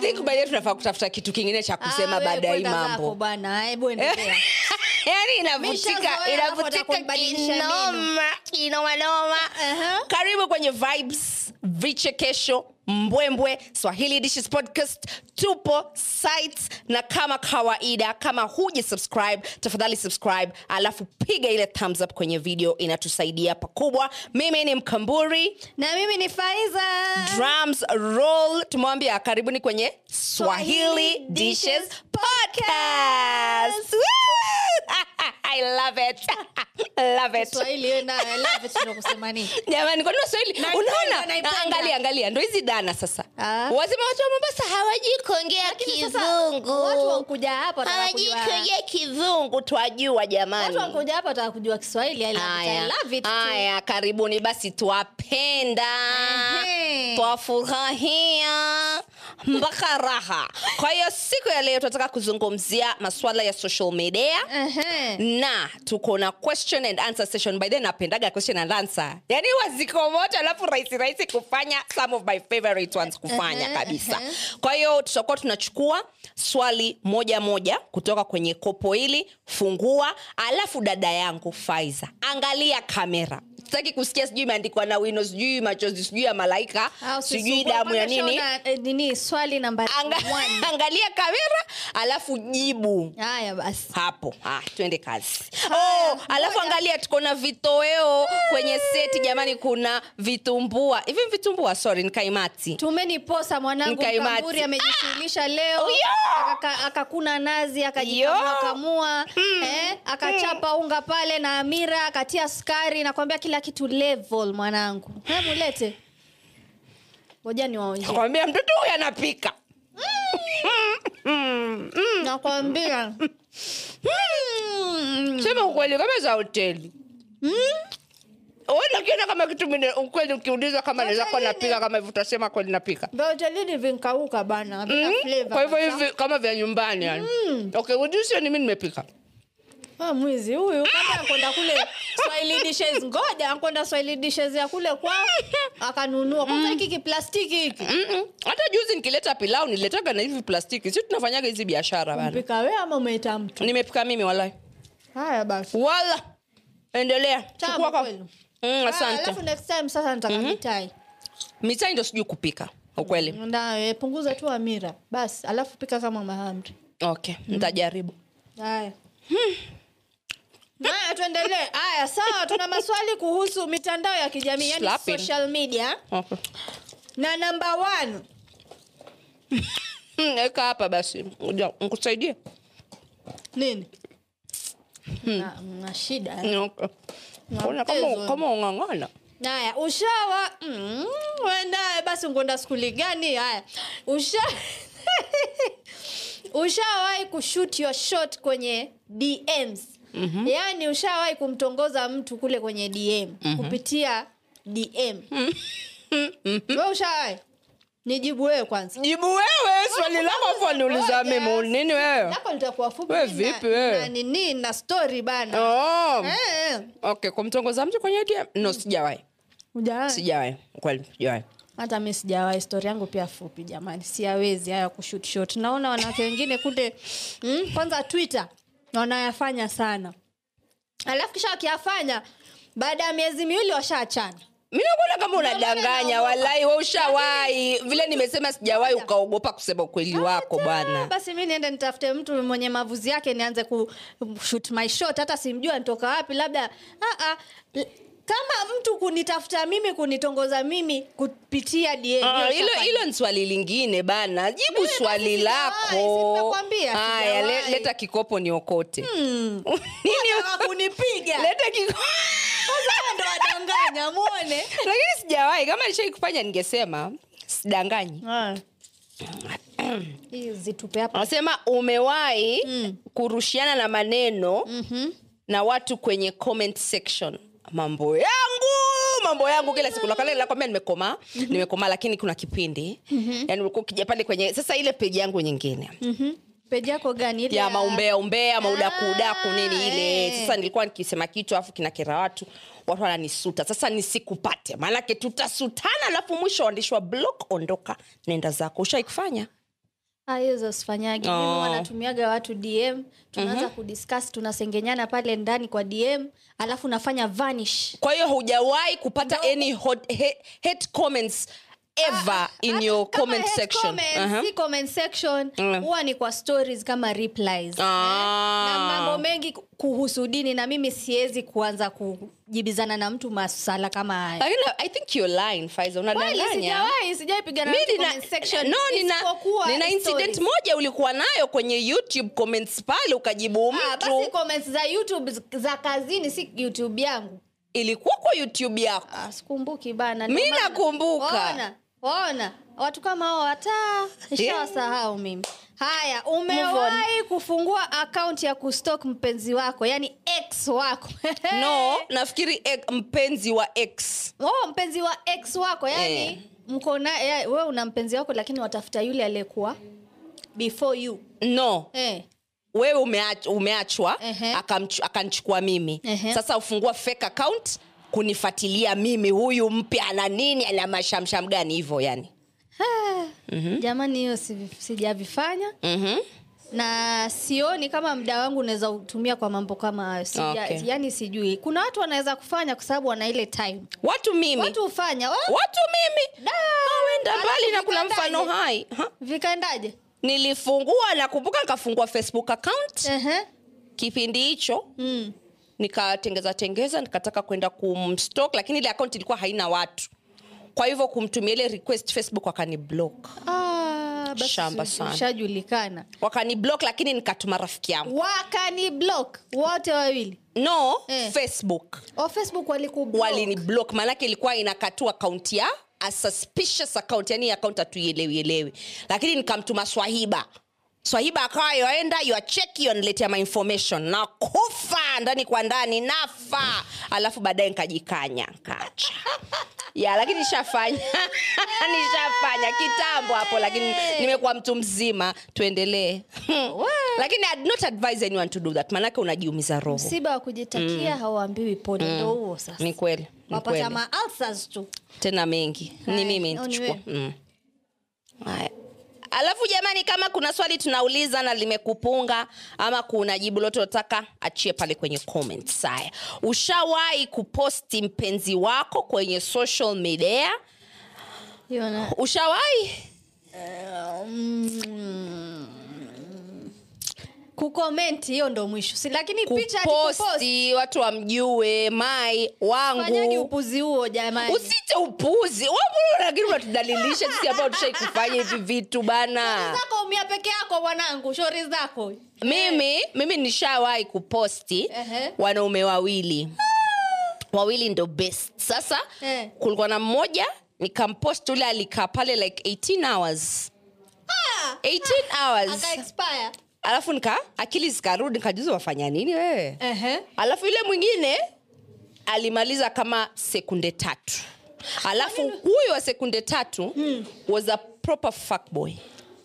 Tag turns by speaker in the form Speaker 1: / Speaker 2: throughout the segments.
Speaker 1: think by the way tunafaa kutafuta kitu kingine cha kusema
Speaker 2: Ah,
Speaker 1: baada ya
Speaker 2: wewe
Speaker 1: hii
Speaker 2: kwenda zako
Speaker 1: mambo
Speaker 2: bwana hebu endelea
Speaker 1: yaani
Speaker 2: Nishazoea
Speaker 1: inavutika
Speaker 2: hapo,
Speaker 1: inavutika
Speaker 2: atakumbadilisha
Speaker 1: kinoma kinomanoma
Speaker 2: Aha.
Speaker 1: karibu kwenye vibes vichekesho mbwembwe swahili dishes podcast tupo sites na kama kawaida kama huja subscribe tafadhali subscribe alafu piga ile thumbs up kwenye video inatusaidia pakubwa mimi ni mkamburi
Speaker 2: na mimi ni faiza
Speaker 1: drums roll tumewambia karibuni kwenye swahili
Speaker 2: Swahili
Speaker 1: dishes
Speaker 2: Dishes
Speaker 1: podcast Woo! i love it love it
Speaker 2: swahili wewe na I love it, ndio kusema nini
Speaker 1: jamani kwani waswahili
Speaker 2: Na-
Speaker 1: unaona
Speaker 2: naipenda.
Speaker 1: Ah, angalia angalia ndo hizi dana sasa
Speaker 2: Ah.
Speaker 1: wazima watu wa mombasa hawajui kuongea
Speaker 2: Lakini sasa, watu
Speaker 1: kizungu
Speaker 2: wakuja hapa wataka
Speaker 1: hawajui
Speaker 2: kujua-
Speaker 1: kuongea kizungu twajua jamani
Speaker 2: watu wakuja hapa wataka kujua kiswahili I love it, I
Speaker 1: Aya.
Speaker 2: love it too.
Speaker 1: Aya, karibuni basi twapenda
Speaker 2: Ehe.
Speaker 1: twafurahia mpaka raha kwa hiyo siku ya leo tunataka kuzungumzia masuala ya social media
Speaker 2: Ehe.
Speaker 1: na tuko na question and answer session by then napendaga question and answer yani huwa ziko moto alafu rahisi rahisi kufanya some of my favorite ones kufanya
Speaker 2: Uh-huh,
Speaker 1: kabisa
Speaker 2: uh-huh.
Speaker 1: kwa hiyo tutakuwa tunachukua swali moja moja kutoka kwenye kopo hili fungua alafu dada yangu faiza angalia kamera sitaki kusikia sijui imeandikwa na wino sijui machozi sijui ya malaika
Speaker 2: Au
Speaker 1: sijui
Speaker 2: sisumbue,
Speaker 1: damu ya
Speaker 2: Ah, mpaka
Speaker 1: nini
Speaker 2: shaona, eh, nini swali namba
Speaker 1: Anga,
Speaker 2: one.
Speaker 1: angalia kamera alafu jibu
Speaker 2: haya basi
Speaker 1: hapo ah, twende kazi
Speaker 2: Haya,
Speaker 1: oh, alafu
Speaker 2: ngoja.
Speaker 1: angalia tuko na vitoweo kwenye seti jamani kuna vitumbua hivi vitumbua sorry nikaimati
Speaker 2: tumeniposa mwanangu
Speaker 1: Nkaimati.
Speaker 2: mkamburi
Speaker 1: Ah!
Speaker 2: amejishughulisha leo
Speaker 1: Yo!
Speaker 2: akaka- akakuna nazi
Speaker 1: Yo!
Speaker 2: akajikamua kamua
Speaker 1: Hmm.
Speaker 2: eh, akachapa unga pale na amira akatia sukari nakwambia kila kitu level mwanangu Hebu lete moja niwaonje
Speaker 1: kwambia mtoto huyu anapika
Speaker 2: Hmm, nakwambia
Speaker 1: Hmm.
Speaker 2: Mm.
Speaker 1: sema ukweli kama za hoteli Hmm. nakiona kama kitu mine- ukweli ukiuliza kama naweza kuwa napika kama hivi utasema kweli napika
Speaker 2: vya hotelini vinkauka bana vina
Speaker 1: Mm.
Speaker 2: flavor
Speaker 1: kwa hivyo
Speaker 2: kabisa. Mm.
Speaker 1: hivi kama vya nyumbani yani okay ujusi ni mi nimepika
Speaker 2: Ah, mwizi huyu kama akwenda kule swahili dishes ngoja akwenda swahili dishes ya kule kwao akanunua kwanza
Speaker 1: Mm.
Speaker 2: hiki kiplastiki hiki
Speaker 1: Mm-mm. hata juzi nikileta pilau nililetaga na hivi plastiki si tunafanyaga hizi biashara bana
Speaker 2: pika wee ama umeita mtu
Speaker 1: nimepika mimi walai
Speaker 2: haya basi
Speaker 1: wala endelea
Speaker 2: Tamu
Speaker 1: Chukua kwa- Mm-hmm.
Speaker 2: kweli.
Speaker 1: Mm,
Speaker 2: Ah, alafu
Speaker 1: asante
Speaker 2: next time sasa nitakavitai
Speaker 1: mitai ndo sijui kupika ukweli
Speaker 2: ndae eh, punguza tu amira basi alafu pika kama mahamri
Speaker 1: okay nitajaribu
Speaker 2: haya
Speaker 1: Hmm.
Speaker 2: haya tuendelee haya sawa tuna maswali kuhusu mitandao ya kijamii yani
Speaker 1: Slapping.
Speaker 2: social media
Speaker 1: Okay.
Speaker 2: na namba one
Speaker 1: Mm, weka hapa basi Ngoja, nikusaidie
Speaker 2: nini
Speaker 1: Hmm.
Speaker 2: na, na shida eh.
Speaker 1: Mm, okay.
Speaker 2: Na
Speaker 1: Ona
Speaker 2: mtezo.
Speaker 1: kama kama ung'ang'ana
Speaker 2: haya ushawa mm, wendaye basi ungonda skuli gani haya usha ushawahi kushoot your shot kwenye dms
Speaker 1: Mhm.
Speaker 2: mm-hmm. yaani ushawahi kumtongoza mtu kule kwenye dm
Speaker 1: Mhm.
Speaker 2: mm-hmm. kupitia dm mm-hmm. we ushawahi nijibu wewe kwanza
Speaker 1: jibu wewe swali lako hapo niuliza
Speaker 2: Ngoja.
Speaker 1: mimi nini wewe
Speaker 2: lako litakuwa fupi
Speaker 1: We
Speaker 2: mimi na-
Speaker 1: vipi wewe?
Speaker 2: na nini na story bana
Speaker 1: oh.
Speaker 2: Eh, eh.
Speaker 1: okay kumtongoza mtu kwenye DM no sijawahi
Speaker 2: Hujawahi?
Speaker 1: sijawahi kweli sijawahi
Speaker 2: hata mi sijawahi stori yangu pia fupi jamani siawezi haya kushut shot naona wanawake wengine kule mm, kwanza twitter wanayafanya sana alafu kisha wakiyafanya baada ya miezi miwili washaachana
Speaker 1: mi nakuona kama unadanganya
Speaker 2: naogopa.
Speaker 1: walai we ushawahi vile nimesema sijawahi
Speaker 2: Ngoja.
Speaker 1: ukaogopa kusema ukweli wako bwana
Speaker 2: Ah, basi mi niende nitafute mtu mwenye mavuzi yake nianze kushut my shot hata simjua nitoka wapi labda ah, ah, l- kama mtu kunitafuta mimi kunitongoza mimi kupitia DM,
Speaker 1: Ah,
Speaker 2: hiyo
Speaker 1: hilo
Speaker 2: shafanya.
Speaker 1: hilo ni swali lingine bana jibu
Speaker 2: Mimi
Speaker 1: swali
Speaker 2: basi sijawahi, si
Speaker 1: lako
Speaker 2: nimekwambia,
Speaker 1: haya le-
Speaker 2: sijawahi.
Speaker 1: leta kikopo niokote
Speaker 2: Hmm.
Speaker 1: Nini-
Speaker 2: Wataka kunipiga
Speaker 1: leta kikopo
Speaker 2: Sasa hawa ndo wadanganya mwone
Speaker 1: lakini sijawahi kama nishai kufanya ningesema sidanganyi
Speaker 2: hizi tupe hapa
Speaker 1: nasema umewahi
Speaker 2: Mm.
Speaker 1: kurushiana na maneno
Speaker 2: Mhm.
Speaker 1: na watu kwenye comment section mambo yangu mambo yangu kila siku nakala nakwambia nimekomaa
Speaker 2: Mhm.
Speaker 1: nimekomaa lakini kuna kipindi yani ulikuwa ukija pale kwenye sasa ile peji yangu nyingine
Speaker 2: peji yako gani Ile
Speaker 1: ya maumbea umbea maudaku udaku nini ile
Speaker 2: Ah, eh.
Speaker 1: sasa nilikuwa nikisema kitu alafu kinakera watu watu wananisuta sasa nisikupate maanake tutasutana alafu mwisho waandishwa block ondoka nenda zako ushaikufanya
Speaker 2: Ah, hiyo zasifanyagi mimi
Speaker 1: Oh. Mhm.
Speaker 2: huwa natumiaga watu dm tunaanza kudiscuss tunasengenyana pale ndani kwa dm alafu nafanya vanish
Speaker 1: kwa hiyo hujawahi kupata any hot, he, hate comments ever in
Speaker 2: Ah, Hata
Speaker 1: your
Speaker 2: kama
Speaker 1: comment
Speaker 2: hate
Speaker 1: section Uh-huh.
Speaker 2: comments,
Speaker 1: Aha.
Speaker 2: si comment section
Speaker 1: Mm.
Speaker 2: huwa ni kwa stories kama replies eh.
Speaker 1: Ah.
Speaker 2: na mambo mengi kuhusu dini na mimi siwezi kuanza kujibizana na mtu masala kama haya
Speaker 1: lakini i think you're lying faiza
Speaker 2: Kweli,
Speaker 1: unadanganya
Speaker 2: sijawahi, sijawahi pigana na
Speaker 1: Mi
Speaker 2: mtu
Speaker 1: nina-
Speaker 2: comment section,
Speaker 1: no, nina,
Speaker 2: isipokuwa
Speaker 1: nina
Speaker 2: stories.
Speaker 1: incident moja ulikuwa nayo kwenye youtube comments pale ukajibu
Speaker 2: Ah,
Speaker 1: mtu
Speaker 2: basi comments za youtube z- za kazini si youtube yangu
Speaker 1: ilikuwa kwa youtube yako
Speaker 2: Ah, sikumbuki bana ndio
Speaker 1: mi
Speaker 2: maana-
Speaker 1: nakumbuka
Speaker 2: Waona, waona watu kama hao hata ishawasahau mimi haya umewahi kufungua akaunti ya kustock mpenzi wako yani ex wako
Speaker 1: no nafikiri e- mpenzi wa x
Speaker 2: oh, mpenzi wa ex wako yani
Speaker 1: Eh.
Speaker 2: mko na ya, we una mpenzi wako lakini watafuta yule aliyekuwa before you
Speaker 1: no
Speaker 2: eh.
Speaker 1: wewe umeach, umeachwa
Speaker 2: Ehe.
Speaker 1: akamchu- akanchukua mimi
Speaker 2: Ehe.
Speaker 1: sasa ufungua fake account kunifatilia mimi huyu mpya ana nini ana mashamsham gani hivyo yani
Speaker 2: Ah,
Speaker 1: Mhm.
Speaker 2: jamani hiyo si- sijavifanya
Speaker 1: mm-hmm.
Speaker 2: na sioni kama mda wangu unaweza utumia kwa mambo kama hayo Sija,
Speaker 1: Okay.
Speaker 2: yani sijui kuna watu wanaweza kufanya kwa sababu wana ile time
Speaker 1: watu mimi
Speaker 2: watu hufanya wa-
Speaker 1: watu mimi
Speaker 2: Da!
Speaker 1: wenda
Speaker 2: Alafu
Speaker 1: mbali na kuna
Speaker 2: vikandaje?
Speaker 1: mfano hai ha?
Speaker 2: vikaendaje
Speaker 1: nilifungua nakumbuka nikafungua facebook account
Speaker 2: Ehe.
Speaker 1: kipindi hicho
Speaker 2: Mm.
Speaker 1: nikatengeza tengeza nikataka kwenda kumstok lakini ile account ilikuwa haina watu kwa hivyo kumtumia ile request facebook wakaniblock
Speaker 2: Ah, basi
Speaker 1: Shamba
Speaker 2: si-
Speaker 1: sana.
Speaker 2: ushajulikana
Speaker 1: wakaniblock lakini nikatuma rafiki yangu
Speaker 2: wakani block wote wawili
Speaker 1: no
Speaker 2: Eh.
Speaker 1: facebook
Speaker 2: o facebook walikublock.
Speaker 1: waliniblock maanake ilikuwa inakatua akaunti ya a suspicious account yani account hatuielewielewi lakini nikamtuma swahiba swahiba akawa yoenda yoacheki yoniletea mainformation na kufa ndani kwa ndani nafa alafu baadaye nikajikanya nkaacha ya lakini nishafanya nishafanya kitambo hapo lakini nimekuwa mtu mzima tuendelee
Speaker 2: Mm.
Speaker 1: lakini I'd not advise anyone to do that maanake unajiumiza roho
Speaker 2: msiba wa kujitakia hauambiwi pole ndo huo sasa
Speaker 1: ni kweli Mm. ni kweli.
Speaker 2: wapata ma ulcers tu
Speaker 1: tena mengi ni
Speaker 2: Haya,
Speaker 1: mimi
Speaker 2: au ni
Speaker 1: nitachukua
Speaker 2: wewe?
Speaker 1: mm. haya alafu jamani kama kuna swali tunauliza na limekupunga ama kuna jibu lote unataka achie pale kwenye comments haya ushawahi kuposti mpenzi wako kwenye social media
Speaker 2: Hiyo na-
Speaker 1: ushawahi
Speaker 2: kukomenti hiyo ndo mwisho si, lakini picha ati kupost.
Speaker 1: kuposti watu wamjue mai
Speaker 2: fanyagi
Speaker 1: wangu
Speaker 2: upuzi huo jamani
Speaker 1: usite upuzi Wewe lakini unatudalilisha sisi ambao tushai kufanya hivi vitu
Speaker 2: Ah.
Speaker 1: bana
Speaker 2: zako umia peke yako mwanangu shori zako
Speaker 1: mimi mimi nishawahi kuposti
Speaker 2: Ehe. Ah.
Speaker 1: wanaume wawili wawili ndo best sasa
Speaker 2: Eh.
Speaker 1: kulikuwa na mmoja nikampost ule alikaa pale like 18 hours 18 hours
Speaker 2: Ah! aka expire
Speaker 1: alafu nika akili zikarudi nikajuza wafanya nini wewe
Speaker 2: Ehe.
Speaker 1: alafu yule mwingine alimaliza kama sekunde tatu alafu huyu wa sekunde tatu
Speaker 2: Hmm.
Speaker 1: was a proper fuckboy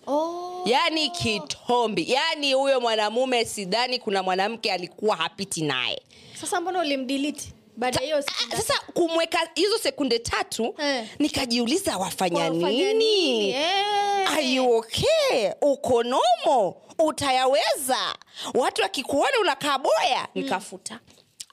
Speaker 2: oh.
Speaker 1: yani Yaani kitombi yani huyo mwanamume sidhani kuna mwanamke alikuwa hapiti naye
Speaker 2: sasa mbona ulimdiliti baada ya hiyo siku
Speaker 1: Ah, sasa kumweka hizo sekunde tatu
Speaker 2: Eh.
Speaker 1: nikajiuliza wafanya
Speaker 2: Wafanya nini?
Speaker 1: nini
Speaker 2: Eh.
Speaker 1: Are you okay uko nomo utayaweza watu akikuona unakaa
Speaker 2: Hmm.
Speaker 1: boya nikafuta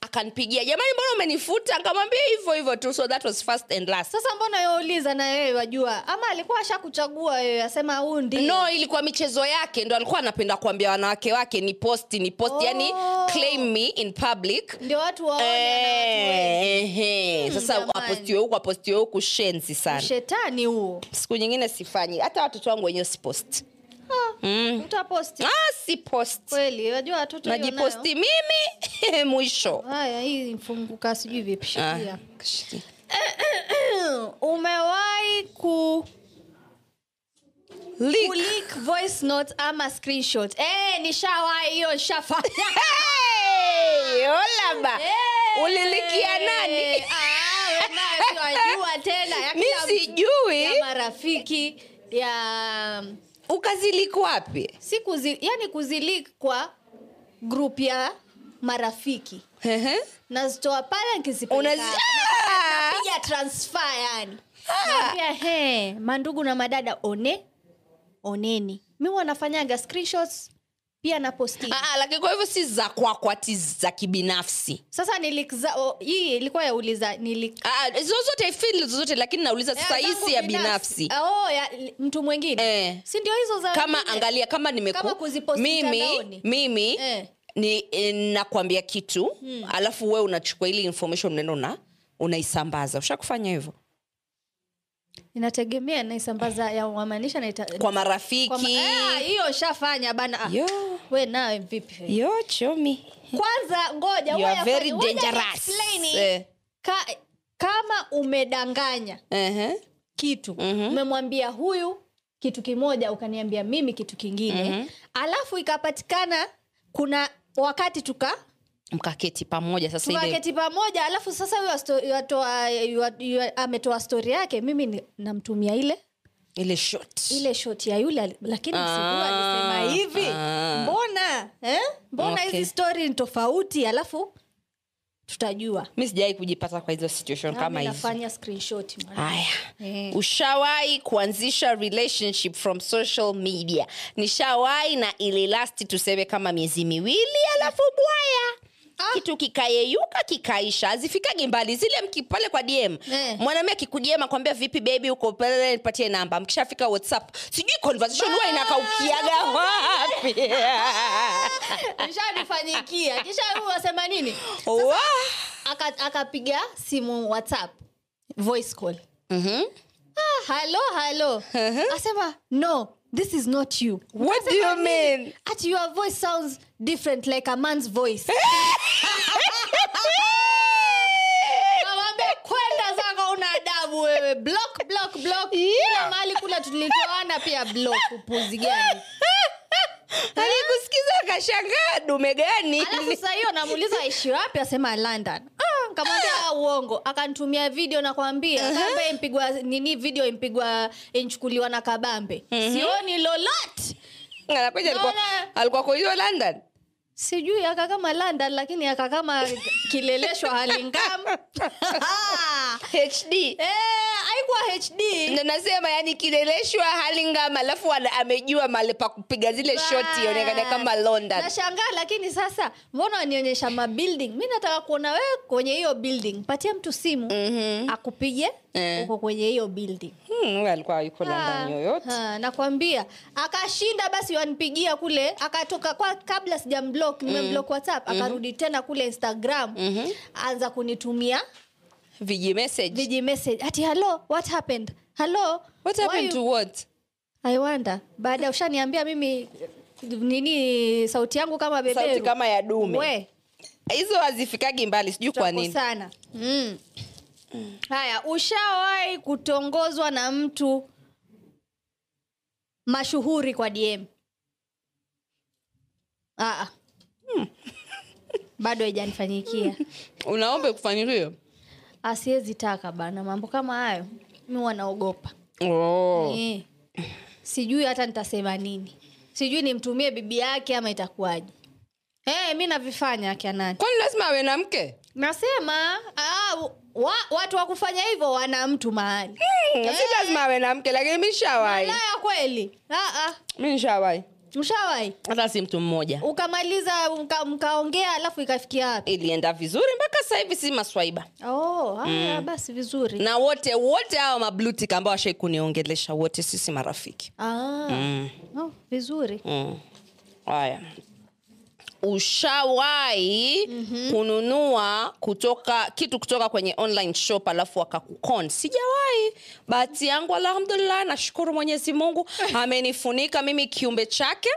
Speaker 1: akanipigia jamani mbona umenifuta nikamwambia hivyo hivyo tu so that was first and last
Speaker 2: sasa mbona yauliza na wewe wajua ama alikuwa ashakuchagua wewe asema huu ndi
Speaker 1: no ilikuwa michezo yake ndo alikuwa anapenda kuambia wanawake wake ni posti ni posti
Speaker 2: Oh.
Speaker 1: yani claim me in public
Speaker 2: ndio watu waone na watu waelewe.
Speaker 1: Eh, ehe. sasa
Speaker 2: jamani.
Speaker 1: apostiwe huku apostiwe huku shenzi sana
Speaker 2: shetani huo
Speaker 1: siku nyingine sifanyi hata watoto wangu wenyewe siposti
Speaker 2: Ha, utaposti
Speaker 1: ah, siposti
Speaker 2: kweli wajua watoto hiyo nayo.
Speaker 1: najiposti mimi mwisho
Speaker 2: haya hii mfunguka sijui vipi
Speaker 1: Ah,
Speaker 2: shikilia
Speaker 1: kashiki.
Speaker 2: umewahi ku
Speaker 1: Leak.
Speaker 2: kulik voice note ama screenshot eh nishawahi hiyo nishafanya
Speaker 1: Hey,
Speaker 2: Ah!
Speaker 1: olaba
Speaker 2: Eh.
Speaker 1: ulilikia nani
Speaker 2: Ah, we nayo si wajua tena ya
Speaker 1: mi
Speaker 2: kila mtu,
Speaker 1: sijui
Speaker 2: ya marafiki ya mm,
Speaker 1: ukaziliku wapi
Speaker 2: si kuzi, yani kuzilik kwa group ya marafiki
Speaker 1: Ehe.
Speaker 2: nazitoa pale nikizipeleka
Speaker 1: Unazi- Ah!
Speaker 2: ya transfer yani naambia he mandugu na madada one oneni mi wanafanyaga screenshots pia na posti
Speaker 1: Ah, ah, lakini kwa hivyo si za kwako ati za kibinafsi
Speaker 2: sasa nilikza o, hii ilikuwa ya uliza nilik
Speaker 1: Ah, ah, zozote I feel zozote lakini nauliza sasa hii si ya Eh, binafsi
Speaker 2: Eh, Ah, oh, ya li- mtu mwingine
Speaker 1: Eh.
Speaker 2: si ndio hizo za
Speaker 1: kama
Speaker 2: wengine?
Speaker 1: angalia kama
Speaker 2: Kama
Speaker 1: nimeku
Speaker 2: kuziposti
Speaker 1: mimi
Speaker 2: mtandaoni.
Speaker 1: mimi
Speaker 2: Eh. Hmm.
Speaker 1: ni eh, nakwambia kitu alafu we unachukua ile information unaenda una unaisambaza ushakufanya hivyo
Speaker 2: inategemea naisambaza ya wamaanisha na ita-
Speaker 1: kwa
Speaker 2: kwa ma-
Speaker 1: marafiki
Speaker 2: Ah, hiyo shafanya bana Ah,
Speaker 1: yo
Speaker 2: we nawe vipi
Speaker 1: yo chomi
Speaker 2: kwanza ngoja
Speaker 1: you
Speaker 2: ngoja
Speaker 1: are very
Speaker 2: kwanza, ngoja
Speaker 1: dangerous
Speaker 2: ni-explain
Speaker 1: eh.
Speaker 2: ka, kama umedanganya
Speaker 1: uh-huh.
Speaker 2: kitu
Speaker 1: Mhm.
Speaker 2: umemwambia huyu kitu kimoja ukaniambia mimi kitu kingine
Speaker 1: Mhm.
Speaker 2: alafu ikapatikana kuna wakati tuka
Speaker 1: mkaketi pamoja sasa ile
Speaker 2: tukaketi pamoja alafu sasa huyu asto- yuatoa- yua- yua- ametoa stori yake mimi ni- namtumia ile
Speaker 1: ile shot
Speaker 2: ile shoti ya yule ali- lakini msiguu
Speaker 1: Ah,
Speaker 2: alisema hivi
Speaker 1: ah.
Speaker 2: mbona eh? mbona
Speaker 1: Okay.
Speaker 2: hizi stori ni tofauti alafu tutajua
Speaker 1: mi sijawahi kujipata kwa hizo situation kama
Speaker 2: Nami
Speaker 1: hizo
Speaker 2: nafanya screenshot mwana.
Speaker 1: haya
Speaker 2: Eh.
Speaker 1: ushawahi kuanzisha relationship from social media nishawahi na ililast tuseme kama miezi miwili alafu bwaya
Speaker 2: Ah.
Speaker 1: kitu kikayeyuka kikaisha azifikagi mbali zile mkipale kwa dm
Speaker 2: Eh.
Speaker 1: mwanamke akikudiema kwambia vipi bebi uko pale nipatie namba mkishafika whatsapp sijui conversation huwa inakaukiaga
Speaker 2: Ah.
Speaker 1: wapi
Speaker 2: Nishanifanyikia. kisha huyu wasema nini
Speaker 1: Wa-
Speaker 2: Aka- akapiga simu whatsapp voice call
Speaker 1: Mhm.
Speaker 2: ah, halo halo asema no this is not you
Speaker 1: Uh-huh.
Speaker 2: Ah,
Speaker 1: What do you mean?
Speaker 2: at your voice sounds different like a man's voice Ah, Kamwambia, kwenda zako una adabu wewe block block block kila mahali kula tulitoana pia block upuzi gani
Speaker 1: alikusikiza Yaani akashangaa dume gani
Speaker 2: alafu saa hiyo namuuliza aishi wapi asema london ah, nikamwambia ah, uongo akanitumia video nakwambia kambe impigwa nini video impigwa inchukuliwa na kabambe sioni lolote
Speaker 1: anakuja alikuwa
Speaker 2: Naona-
Speaker 1: alikuwa kwa hiyo london
Speaker 2: sijui aka kama london lakini aka kama kileleshwa halingam
Speaker 1: hd
Speaker 2: Eh, haikuwa hd
Speaker 1: Ndo nasema yani kileleshwa halingam alafu ana- amejua mali pa kupiga zile shoti ionekana kama london
Speaker 2: nashangaa lakini sasa mbona wanionyesha mabuilding mi nataka kuona wewe kwenye hiyo building patia mtu simu
Speaker 1: Mhm.
Speaker 2: akupige
Speaker 1: Eh.
Speaker 2: uko kwenye hiyo building
Speaker 1: Hmm, huyu alikuwa yuko
Speaker 2: Ah,
Speaker 1: london yoyote
Speaker 2: ah, nakwambia akashinda basi wanipigia kule akatoka kwa kabla
Speaker 1: Mm.
Speaker 2: sijamblock nimemblock whatsapp
Speaker 1: Mhm.
Speaker 2: akarudi tena kule instagram anza kunitumia
Speaker 1: viji message
Speaker 2: viji message ati hello what happened hello
Speaker 1: what
Speaker 2: why
Speaker 1: happened
Speaker 2: you-
Speaker 1: to what
Speaker 2: I wonder baada ya ushaniambia mimi nini sauti yangu kama
Speaker 1: sauti
Speaker 2: beberu
Speaker 1: kama ya dume
Speaker 2: we
Speaker 1: hizo hazifikagi mbali sijui kwa nini
Speaker 2: sana mm. haya ushawahi kutongozwa na mtu mashuhuri kwa dm Aa. Hmm. bado haijanifanyikia
Speaker 1: unaombe kufanyiliwa
Speaker 2: asiwezi taka bana mambo kama hayo mi wanaogopa
Speaker 1: oh.
Speaker 2: Eh. sijui hata nitasema nini sijui nimtumie bibi yake ama itakuwaje Eh, mi navifanya akina nani
Speaker 1: kwani lazima awe na mke
Speaker 2: nasema ah, wa, watu wa kufanya hivyo wana mtu mahali
Speaker 1: Hmm,
Speaker 2: Eh.
Speaker 1: si lazima awe na mke lakini mi nishawai
Speaker 2: laya kweli ah, ah,
Speaker 1: mi nishawai
Speaker 2: mshawai
Speaker 1: hata si mtu mmoja
Speaker 2: ukamaliza mka- mkaongea alafu ikafikia wapi
Speaker 1: ilienda vizuri mpaka sasa hivi si maswaiba
Speaker 2: oh, haya basi vizuri
Speaker 1: Mm. na wote wote hao mablutik ambao washai kuniongelesha wote sisi marafiki
Speaker 2: ah,
Speaker 1: Mm,
Speaker 2: oh, vizuri
Speaker 1: mm. haya ushawahi kununua kutoka kitu kutoka kwenye online shop alafu wakakukon sijawahi bahati yangu alhamdulillah nashukuru mwenyezi mungu amenifunika mimi kiumbe chake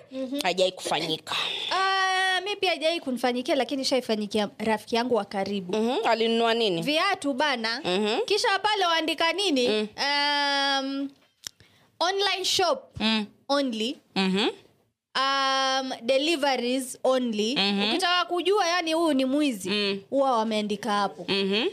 Speaker 1: hajai kufanyika
Speaker 2: ah, mi pia jai kunifanyikia lakini shaifanyikia rafiki yangu wa karibu
Speaker 1: Mhm, alinunua nini
Speaker 2: viatu bana
Speaker 1: Mhm.
Speaker 2: kisha pale waandika nini
Speaker 1: Mm.
Speaker 2: um, online shop
Speaker 1: Mm,
Speaker 2: only
Speaker 1: mhm.
Speaker 2: um, deliveries only ukitaka kujua yani huyu ni mwizi
Speaker 1: Mhm. Mm.
Speaker 2: huwa wameandika hapo
Speaker 1: Mhm,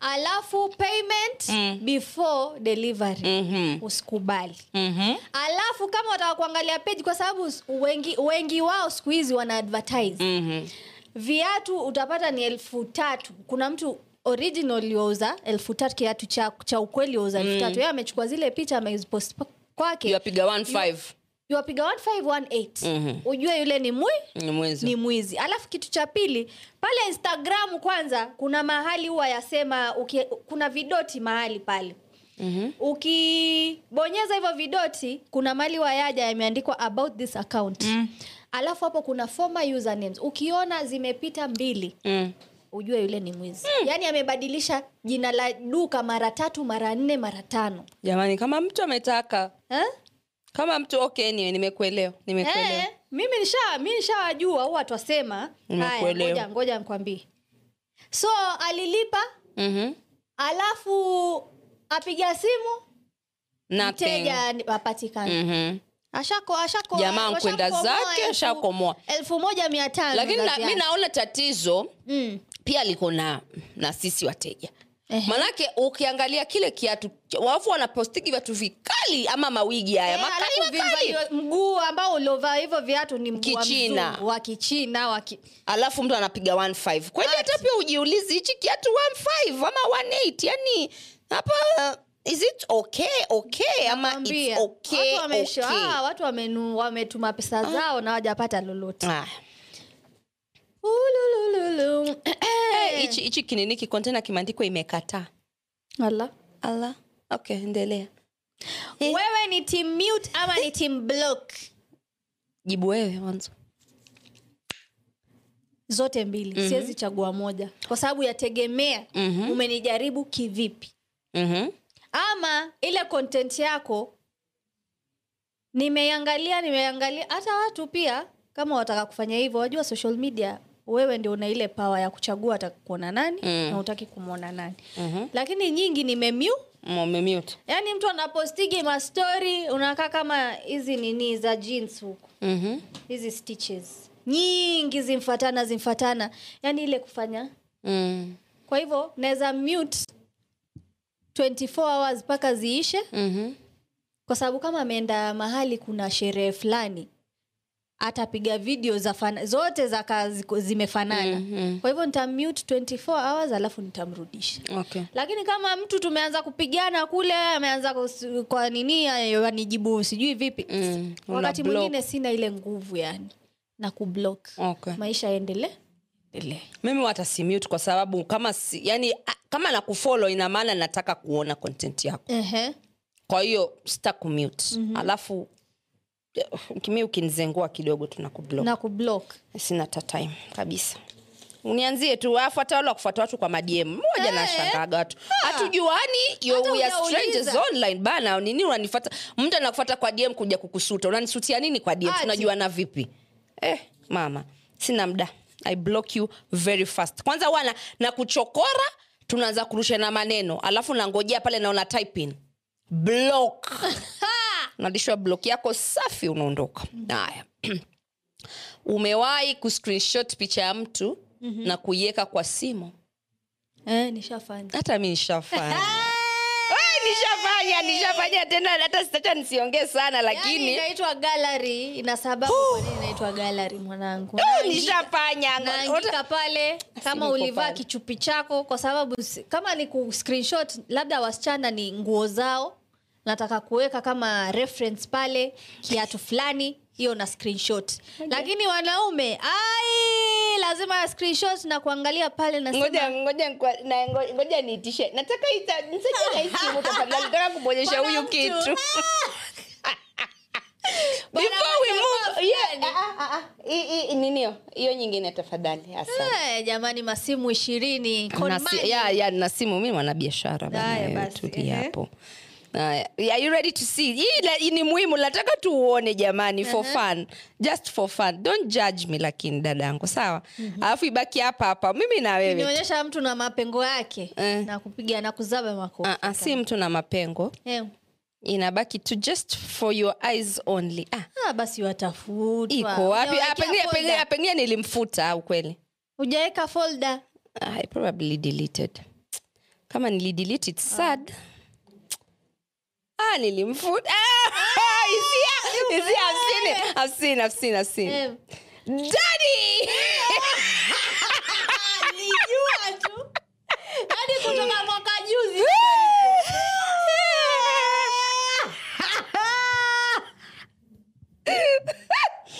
Speaker 2: alafu payment
Speaker 1: Mm.
Speaker 2: before delivery
Speaker 1: mhm,
Speaker 2: usikubali
Speaker 1: mhm.
Speaker 2: alafu kama wataka kuangalia page kwa sababu s- wengi, wengi wao siku hizi wana advertise
Speaker 1: Mhm.
Speaker 2: viatu utapata ni elfu tatu kuna mtu original youza elfu tatu kiatu
Speaker 1: Mm.
Speaker 2: cha, cha ukweli youza elfu tatu yeye amechukua zile picha amezipost pa- kwake
Speaker 1: yapiga 15
Speaker 2: yuwapiga 1518
Speaker 1: Mhm.
Speaker 2: ujue yule ni mwi
Speaker 1: Ni mwizi.
Speaker 2: ni mwizi alafu kitu cha pili pale instagram kwanza kuna mahali huwa yasema uki, kuna vidoti mahali pale mm-hmm. ukibonyeza hivyo vidoti kuna mahali huwa yaja yameandikwa about this account mm. alafu hapo kuna former usernames ukiona zimepita mbili
Speaker 1: Mm.
Speaker 2: ujue yule ni mwizi mm. yaani amebadilisha jina la duka mara tatu mara nne mara tano
Speaker 1: jamani kama mtu ametaka
Speaker 2: eh?
Speaker 1: kama mtu okay anyway, nimekuelewa nimekuelewa
Speaker 2: Eh, mimi nisha- mi nishawajua huwa twasema haya
Speaker 1: Nimekuelewa.
Speaker 2: ngoja ngoja nikwambie so alilipa
Speaker 1: Mhm.
Speaker 2: alafu apiga simu
Speaker 1: Nothing.
Speaker 2: mteja ni- apatikana
Speaker 1: Mhm.
Speaker 2: ashako ashako eh,
Speaker 1: Jamaa
Speaker 2: ashako-
Speaker 1: mkwenda
Speaker 2: ashakomoa
Speaker 1: zake,
Speaker 2: elfu-
Speaker 1: ashakomoa.
Speaker 2: elfu moja mia tano
Speaker 1: lakini na,
Speaker 2: kazi
Speaker 1: mi
Speaker 2: yake.
Speaker 1: naona tatizo
Speaker 2: Mm.
Speaker 1: pia liko na na sisi wateja
Speaker 2: Ehe.
Speaker 1: manake ukiangalia kile kiatu wafu wanapostiki viatu vikali ama mawigi haya
Speaker 2: Eh,
Speaker 1: makali
Speaker 2: alafu
Speaker 1: makali
Speaker 2: vimvalio- mguu ambao uliovaa hivyo viatu ni mguu wa
Speaker 1: Kichina.
Speaker 2: mzungu, wa kichina wa ki...
Speaker 1: alafu mtu anapiga 15 kweli hata pia ujiulizi hichi kiatu 15 ama 18 yani hapa uh, is it okay okay ama it's
Speaker 2: Ambia.
Speaker 1: okay,
Speaker 2: watu wamesha-
Speaker 1: okay.
Speaker 2: ah, watu wamenu- wametuma pesa zao na wajapata lolote
Speaker 1: Ah.
Speaker 2: Ululululu.
Speaker 1: Eh, hichi hichi kininiki kontena kimeandikwa imekataa
Speaker 2: Ala.
Speaker 1: ala okay endelea Eh.
Speaker 2: wewe ni team mute ama ni team block
Speaker 1: jibu wewe mwanzo
Speaker 2: zote mbili siwezi chagua moja kwa sababu yategemea
Speaker 1: Mhm.
Speaker 2: umenijaribu kivipi
Speaker 1: Mhm.
Speaker 2: ama ile content yako nimeiangalia nimeiangalia hata watu pia kama wataka kufanya hivyo wajua social media wewe ndio una ile pawa ya kuchagua atakuona nani
Speaker 1: Mm.
Speaker 2: na utaki kumwona nani
Speaker 1: Mhm.
Speaker 2: lakini nyingi nimemiu
Speaker 1: mmemute
Speaker 2: yaani mtu anapostigi mastori unakaa kama hizi nini za jeans huku
Speaker 1: Mhm.
Speaker 2: hizi stitches nyingi zimfatana zimfatana yaani ile kufanya
Speaker 1: Mm.
Speaker 2: kwa hivyo naweza mute 24 hours mpaka ziishe
Speaker 1: Mhm.
Speaker 2: kwa sababu kama ameenda mahali kuna sherehe fulani atapiga video za fana, zote za kazi zimefanana
Speaker 1: Mm, mm.
Speaker 2: kwa hivyo nitamute 24 hours alafu nitamrudisha
Speaker 1: okay
Speaker 2: lakini kama mtu tumeanza kupigana kule ameanza kus- kwa nini ayo anijibu sijui vipi
Speaker 1: Mm, una
Speaker 2: wakati
Speaker 1: block.
Speaker 2: mwingine sina ile nguvu yani na kublock
Speaker 1: okay
Speaker 2: maisha yaendelee
Speaker 1: mimi hata simute kwa sababu kama si, yani a- kama nakufolo ina maana nataka kuona content yako
Speaker 2: Ehe.
Speaker 1: kwa hiyo sita kumute
Speaker 2: Mhm.
Speaker 1: mm-hmm. alafu eh, mi ukinizengua kidogo tunakublo
Speaker 2: na kublock
Speaker 1: sina ta time kabisa unianzie tu afu hata wale wakufuata watu kwa madm moja
Speaker 2: Eh.
Speaker 1: nashangaga watu hatujuani yo
Speaker 2: Hata
Speaker 1: we are
Speaker 2: hujauliza.
Speaker 1: strangers online bana nini unanifata mtu anakufuata kwa dm kuja kukusuta unanisutia nini kwa dm
Speaker 2: Ati.
Speaker 1: tunajuana vipi eh mama sina mda i block you very fast kwanza wana na kuchokora tunaanza kurushana maneno alafu nangojea pale naona typing block nadishwa block yako safi unaondoka haya umewahi kuscreenshot picha ya mtu mm-hmm. na kuiweka kwa simu
Speaker 2: eh, nishafanya
Speaker 1: hata mi nishafanya Ai, nishafanya nishafanya tena hata sitacha nisiongee sana
Speaker 2: Yaani
Speaker 1: lakini
Speaker 2: inaitwa gallery ina sababu kwa nini inaitwa gallery mwanangu
Speaker 1: Eh, nishafanya
Speaker 2: naangika pale kama
Speaker 1: niko
Speaker 2: ulivaa
Speaker 1: pale.
Speaker 2: kichupi chako kwa sababu si- kama ni ku screenshot labda wasichana ni nguo zao nataka kuweka kama reference pale kiatu fulani hiyo na screenshot lakini wanaume ai lazima screenshot na kuangalia pale nasema
Speaker 1: ngoja ngoja nkwa- na- ngo- ngoja niitishe nataka ita- nisaidie na hii simu tafadhali nataka kumwonyesha
Speaker 2: Bwana
Speaker 1: huyu
Speaker 2: mtu.
Speaker 1: kitu
Speaker 2: Bwana
Speaker 1: Before we
Speaker 2: mtu
Speaker 1: move, yeah, ah, ah, ah, hii- hii- ninio hiyo nyingine tafadhali asante
Speaker 2: "Eh, jamani masimu ishirini
Speaker 1: na, si, ya, ya, na simu mi mwanabiashara bana,
Speaker 2: Haya
Speaker 1: eh,
Speaker 2: basi,
Speaker 1: tulia
Speaker 2: ehe.
Speaker 1: hapo. Haya, are you ready to see hii la- hii ni muhimu nataka tuuone jamani for fun just for fun don't judge me lakini dada yangu sawa
Speaker 2: Mhm.
Speaker 1: alafu ibaki hapa hapa mimi na wewe
Speaker 2: nionyesha mtu na mapengo yake
Speaker 1: Eh.
Speaker 2: na kupiga na kuzaba makofi
Speaker 1: Ah, ah, si mtu na mapengo
Speaker 2: Eh.
Speaker 1: inabaki tu just for your eyes only ah,
Speaker 2: Ah, basi watafutwa
Speaker 1: iko wapi
Speaker 2: Hujawekea
Speaker 1: Ah, pengine-
Speaker 2: folder.
Speaker 1: pengine pengine nilimfuta au kweli
Speaker 2: hujaweka folder
Speaker 1: Ah, I probably deleted. Kama nilidelete it's sad. Ah, nilimfuta. Ah, you see? You see, I've seen it. I've seen, I've seen, I've seen.
Speaker 2: Eh.
Speaker 1: Daddy!
Speaker 2: Nilijua tu. Yaani kutoka mwaka juzi.
Speaker 1: Ah,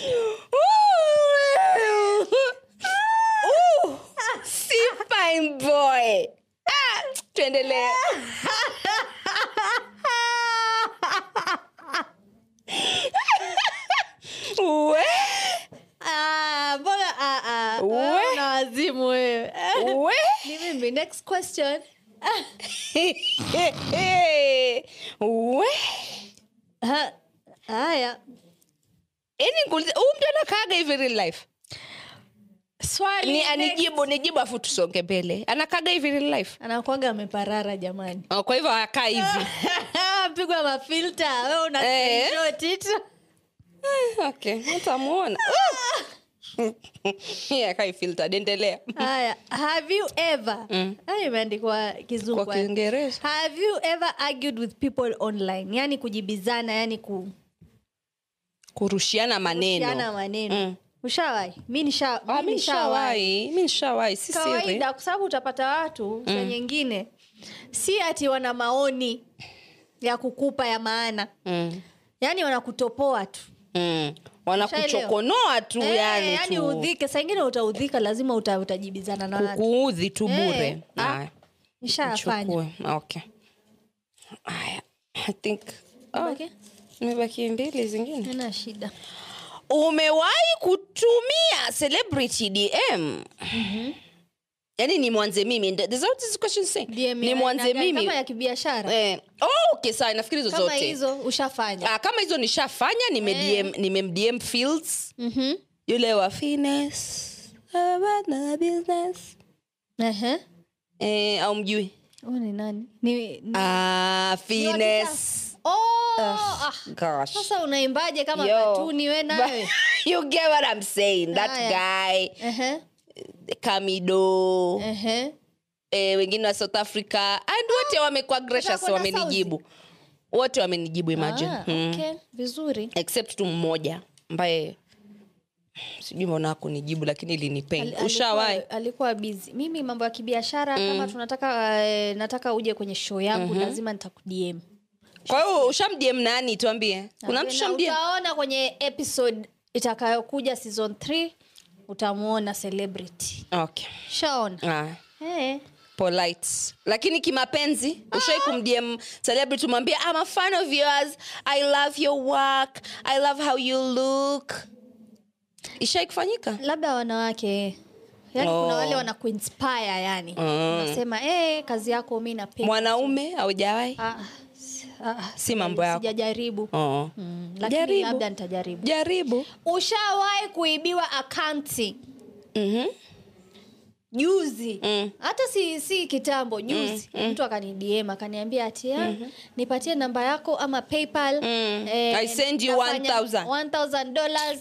Speaker 2: Ah, hivi Eh. next question
Speaker 1: We.
Speaker 2: Ha- haya
Speaker 1: Yaani nikuulize, huyu mtu anakaaga hivi real life
Speaker 2: swali
Speaker 1: ni
Speaker 2: next.
Speaker 1: anijibu nijibu afu tusonge mbele anakaga hivi real life
Speaker 2: anakuwaga ameparara jamani
Speaker 1: Oh, kwa hivyo akaa hivi
Speaker 2: pigwa mafilta we una
Speaker 1: Eh.
Speaker 2: screenshot it.
Speaker 1: okay utamuona akaifiltad endelea
Speaker 2: haya have you ever
Speaker 1: Mm.
Speaker 2: haya imeandikwa kizungu
Speaker 1: kwa
Speaker 2: haya.
Speaker 1: kiingereza
Speaker 2: have you ever argued with people online yani kujibizana yani kurushiana
Speaker 1: kurushiana maneno
Speaker 2: maneno
Speaker 1: Mm.
Speaker 2: ushawahi mi nisha-
Speaker 1: Ah,
Speaker 2: mi
Speaker 1: mi
Speaker 2: nishawahi
Speaker 1: nishawahi mi nishawahi si siri Mm.
Speaker 2: kawaida kwa sababu utapata watu saa nyingine si ati wana maoni ya kukupa ya maana
Speaker 1: Mm,
Speaker 2: yaani wanakutopoa tu
Speaker 1: mm. wanakuchokonoa tu
Speaker 2: Eh,
Speaker 1: yani,
Speaker 2: yaani
Speaker 1: tu.
Speaker 2: udhike saa ingine utaudhika lazima uta, utajibizana na watu
Speaker 1: kukuudhi tu
Speaker 2: Eh,
Speaker 1: bure
Speaker 2: ah,
Speaker 1: Haya,
Speaker 2: nishafanya
Speaker 1: chukua. okay haya i think oh,
Speaker 2: Ibaki?
Speaker 1: imebaki mbili zingine
Speaker 2: Haina shida
Speaker 1: umewahi kutumia celebrity dm
Speaker 2: Mhm.
Speaker 1: yaani ni mwanze mimi Ndo- that's what this question say.
Speaker 2: DM
Speaker 1: ni
Speaker 2: ya-
Speaker 1: mwanze
Speaker 2: na-
Speaker 1: mimi
Speaker 2: kama ya kibiashara
Speaker 1: eh, oh, okay sawa nafikiri hizo
Speaker 2: kama
Speaker 1: zote
Speaker 2: hizo Eh. ushafanya
Speaker 1: Ah, kama hizo nishafanya nimemdm nimemdm fields
Speaker 2: Mhm.
Speaker 1: yule wa fines I want my business
Speaker 2: Ehe.
Speaker 1: eh, au mjui
Speaker 2: Huyu ni nani ni, ni...
Speaker 1: ah, fines
Speaker 2: Oh, ah,
Speaker 1: gosh
Speaker 2: sasa unaimbaje kama
Speaker 1: Yo.
Speaker 2: katuni we nawe
Speaker 1: you get what i'm saying that
Speaker 2: Haya.
Speaker 1: guy
Speaker 2: Ehe,
Speaker 1: kamido
Speaker 2: ehe.
Speaker 1: eh, wengine wa south africa and wote
Speaker 2: Ah,
Speaker 1: wamekuwa gracious
Speaker 2: Sasa kuna
Speaker 1: wamenijibu wote wamenijibu imagine
Speaker 2: Ah,
Speaker 1: Mm.
Speaker 2: okay, vizuri
Speaker 1: except tu mmoja ambaye sijui mbona akunijibu lakini
Speaker 2: Al-
Speaker 1: ilinipain
Speaker 2: alikuwa-
Speaker 1: ushawai
Speaker 2: alikuwa bizi mimi mambo ya kibiashara
Speaker 1: Mm.
Speaker 2: kama tunataka eh, nataka uje kwenye show
Speaker 1: Mm-hmm.
Speaker 2: yangu lazima nitakudm
Speaker 1: kwa hiyo ushamdm nani tuambie kuna mtu
Speaker 2: Na
Speaker 1: shamdm
Speaker 2: utaona kwenye episode itakayokuja season 3 utamwona celebrity
Speaker 1: okay
Speaker 2: shaona
Speaker 1: ah.
Speaker 2: hey.
Speaker 1: polite lakini kimapenzi ushai kumdm celebrity umwambia I'm a fan of yours i love your work i love how you look ishai kufanyika
Speaker 2: labda wanawake yani
Speaker 1: Oh.
Speaker 2: kuna wale wana kuinspire yani
Speaker 1: Mm.
Speaker 2: unasema hey, "Eh, kazi yako mi napenda
Speaker 1: mwanaume haujawai
Speaker 2: Ah, s- ah,
Speaker 1: si mambo yako
Speaker 2: sijajaribu
Speaker 1: Oo.
Speaker 2: Mm, lakini
Speaker 1: Jaribu.
Speaker 2: labda nitajaribu
Speaker 1: jaribu
Speaker 2: ushawahi kuibiwa akaunti Mm-hmm.
Speaker 1: Mhm.
Speaker 2: juzi
Speaker 1: Mm.
Speaker 2: hata si, si kitambo juzi mtu akanidm akaniambia ati "Ah, nipatie namba yako ama paypal
Speaker 1: Mm-hmm.
Speaker 2: Eh,
Speaker 1: Mm. I send you 1000.
Speaker 2: dollars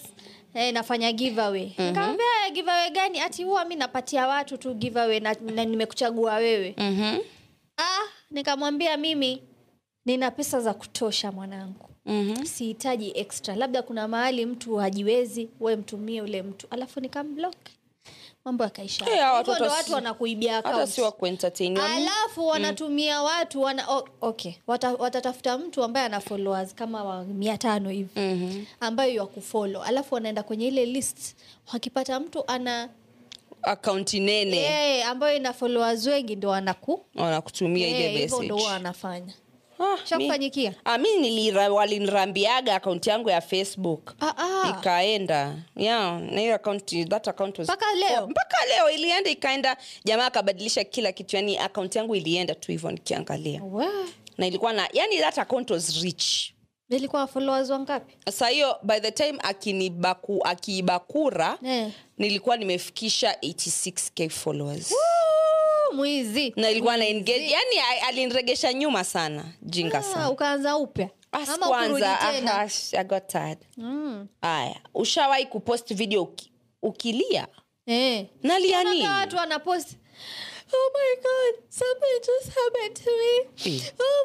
Speaker 2: Eh, nafanya giveaway mm-hmm. nikamwambia "Ah, giveaway gani ati huwa mi napatia watu tu giveaway na, na nimekuchagua wewe
Speaker 1: Mhm.
Speaker 2: ah, nikamwambia mimi nina pesa za kutosha mwanangu
Speaker 1: Mhm.
Speaker 2: sihitaji extra labda kuna mahali mtu hajiwezi we mtumie ule mtu alafu nikamblock mambo yakaisha
Speaker 1: Eh, hawa
Speaker 2: Hivyo
Speaker 1: watoto
Speaker 2: ndo
Speaker 1: si-
Speaker 2: watu wanakuibia
Speaker 1: hata
Speaker 2: account.
Speaker 1: si wa Mm. kuentertain Wame-
Speaker 2: alafu wanatumia watu wana, o- okay Wata, watatafuta mtu ambaye ana followers kama wa mia tano hivi
Speaker 1: Mhm.
Speaker 2: ambayo yakufolo alafu wanaenda kwenye ile list wakipata mtu ana
Speaker 1: akaunti nene
Speaker 2: eh, ambayo ina followers wengi ndo wanaku
Speaker 1: wanakutumia
Speaker 2: Eh,
Speaker 1: Oh, ile
Speaker 2: hivyo ndo
Speaker 1: message
Speaker 2: huwa wanafanya
Speaker 1: Ah, mi-
Speaker 2: shakufanyikia
Speaker 1: Ah, mi nilira- walinirambiaga akaunti yangu ya facebook
Speaker 2: Ah, ah.
Speaker 1: ikaenda yeah, na hiyo akaunti that account was
Speaker 2: Mpaka leo?
Speaker 1: Oh, mpaka leo ilienda ikaenda jamaa akabadilisha kila kitu yani akaunti yangu ilienda tu hivyo nikiangalia
Speaker 2: Wa,
Speaker 1: na ilikuwa na yani that account was rich
Speaker 2: nilikuwa followers wangapi
Speaker 1: sa hiyo by the time akinibaku akiibakura
Speaker 2: Eh.
Speaker 1: nilikuwa nimefikisha 86k followers
Speaker 2: Woo, mwizi
Speaker 1: na ilikuwa na engage yani a- aliniregesha nyuma sana jinga
Speaker 2: Ah,
Speaker 1: sana Ah,
Speaker 2: ukaanza upya
Speaker 1: As
Speaker 2: ama ukurudi
Speaker 1: kwanza,
Speaker 2: tena
Speaker 1: aha, sh- I got tired.
Speaker 2: Mm.
Speaker 1: haya ushawahi kupost video uki, ukilia
Speaker 2: Eh.
Speaker 1: nalia
Speaker 2: Unaona
Speaker 1: nini
Speaker 2: watu wanapost oh my god something just happened to me
Speaker 1: Eh.
Speaker 2: oh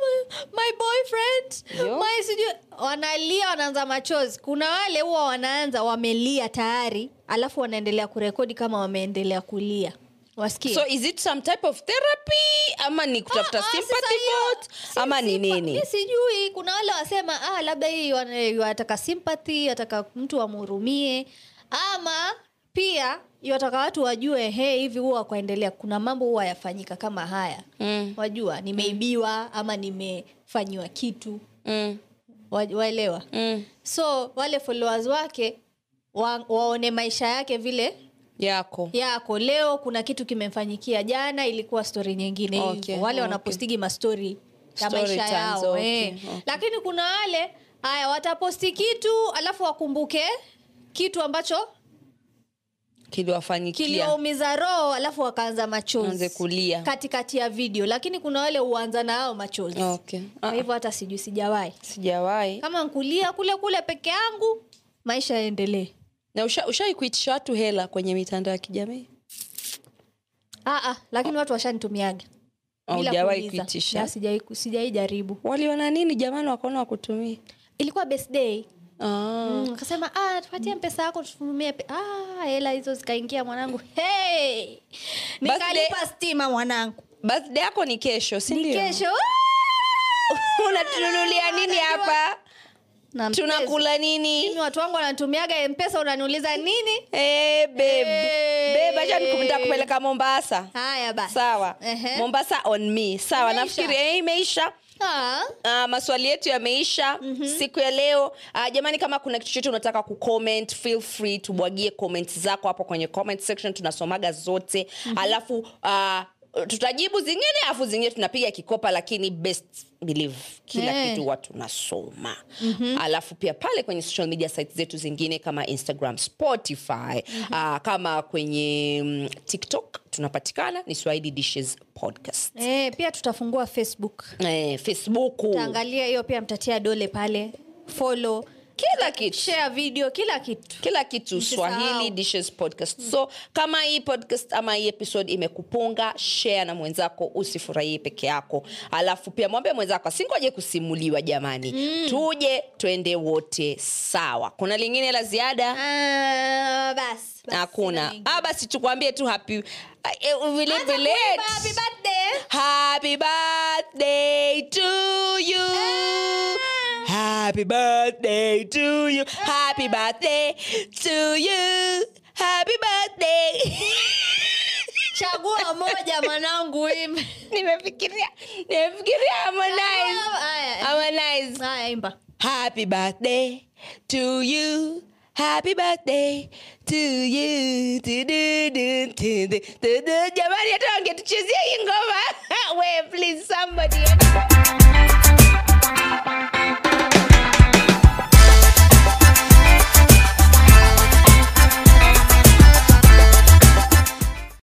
Speaker 2: my, my boyfriend
Speaker 1: Yo.
Speaker 2: my sijui wanalia wanaanza machozi kuna wale huwa wanaanza wamelia tayari alafu wanaendelea kurekodi kama wameendelea kulia wasikie
Speaker 1: so is it some type of therapy ama ni kutafuta
Speaker 2: Ah, ah,
Speaker 1: sympathy
Speaker 2: sasa hiyo-
Speaker 1: vote
Speaker 2: si-
Speaker 1: ama ni
Speaker 2: simpa-
Speaker 1: nini
Speaker 2: mi sijui kuna wale wasema ah, labda hii wana- wataka sympathy wataka mtu amhurumie ama pia wataka watu wajue he hivi huwa kwaendelea kuna mambo huwa yafanyika kama haya
Speaker 1: Mm,
Speaker 2: wajua nimeibiwa ama nimefanyiwa kitu
Speaker 1: mm,
Speaker 2: wa- waelewa
Speaker 1: mm.
Speaker 2: so wale followers wake wa, waone maisha yake vile
Speaker 1: yako
Speaker 2: yako leo kuna kitu kimemfanyikia jana ilikuwa stori nyingine
Speaker 1: Okay,
Speaker 2: okay, wale
Speaker 1: okay.
Speaker 2: wanapostigi mastori ya
Speaker 1: Story
Speaker 2: maisha
Speaker 1: times,
Speaker 2: yao
Speaker 1: okay,
Speaker 2: eh.
Speaker 1: okay.
Speaker 2: lakini kuna wale haya wataposti kitu alafu wakumbuke kitu ambacho
Speaker 1: kiliwafanyikia
Speaker 2: kiliwaumiza roho alafu wakaanza
Speaker 1: anze
Speaker 2: machozi
Speaker 1: kulia
Speaker 2: katikati ya video lakini kuna wale huanza na hao machozi
Speaker 1: okay.
Speaker 2: kwa
Speaker 1: Ah,
Speaker 2: hivyo hata sijui sijawahi
Speaker 1: sijawahi
Speaker 2: kama nkulia kule kule peke yangu maisha yaendelee
Speaker 1: na usha- ushawai kuitisha watu hela kwenye mitandao ya kijamii
Speaker 2: Ah, ah, lakini watu washanitumiaga
Speaker 1: Au
Speaker 2: Bila
Speaker 1: Ah, hujawahi
Speaker 2: kuuliza.
Speaker 1: kuitisha?
Speaker 2: Ya, sijai ku- sijai jaribu
Speaker 1: waliona nini jamani wakaona wakutumia
Speaker 2: ilikuwa birthday
Speaker 1: ah.
Speaker 2: Mm, akasema ah, tupatie mpesa yako tutumie pe- ah, hela hizo zikaingia mwanangu hey! nikalipa stima mwanangu
Speaker 1: birthday yako ni kesho si
Speaker 2: Ni
Speaker 1: ndio?
Speaker 2: kesho Ah,
Speaker 1: unatununulia nini hapa
Speaker 2: na
Speaker 1: tunakula nini
Speaker 2: mimi watu wangu wanatumiaga mpesa unaniuliza nini
Speaker 1: Eh, babe.
Speaker 2: Eh.
Speaker 1: Babe, acha nikuta kupeleka mombasa
Speaker 2: haya basi
Speaker 1: sawa
Speaker 2: Ah. Ehe.
Speaker 1: mombasa on me sawa
Speaker 2: Imeisha.
Speaker 1: nafikiri eh, imeisha
Speaker 2: Ah,
Speaker 1: Uh, maswali yetu yameisha mm-hmm. siku ya leo uh, jamani kama kuna kitu chochote unataka kucomment feel free tubwagie comment zako hapo kwenye comment section tunasomaga zote mm-hmm. alafu uh, tutajibu zingine alafu zingine tunapiga kikopa lakini best believe kila
Speaker 2: Eh.
Speaker 1: yeah. kitu huwa tunasoma mm-hmm. alafu pia pale kwenye social media sites zetu zingine kama instagram spotify mm-hmm. uh, kama kwenye mm, tiktok tunapatikana ni swahili dishes podcast
Speaker 2: eh, pia tutafungua facebook
Speaker 1: eh, facebook
Speaker 2: taangalia hiyo pia mtatia dole pale follow
Speaker 1: kila kitu
Speaker 2: share video kila kitu
Speaker 1: kila kitu
Speaker 2: Msisahau.
Speaker 1: swahili dishes podcast so kama hii podcast ama hii episode imekupunga share na mwenzako usifurahie peke yako alafu pia mwambie mwenzako asingoje kusimuliwa jamani mm. tuje twende wote sawa kuna lingine la ziada
Speaker 2: Ah, basi basi,
Speaker 1: hakuna
Speaker 2: sina mengi.
Speaker 1: ah, basi tukwambie tu happy uh, will it
Speaker 2: Acha
Speaker 1: be
Speaker 2: kuimba happy
Speaker 1: late
Speaker 2: birthday
Speaker 1: Happy birthday to you. Happy birthday to you. Happy birthday to you. Happy birthday.
Speaker 2: chagua moja mwanangu wimba
Speaker 1: Nimefikiria, nimefikiria Harmonize.
Speaker 2: haya
Speaker 1: Harmonize.
Speaker 2: haya, imba
Speaker 1: Happy birthday to you. Happy birthday to you. Du- du- du- du- du- du- du. Jamani, hata wangetuchezea hii ngoma. We, please somebody.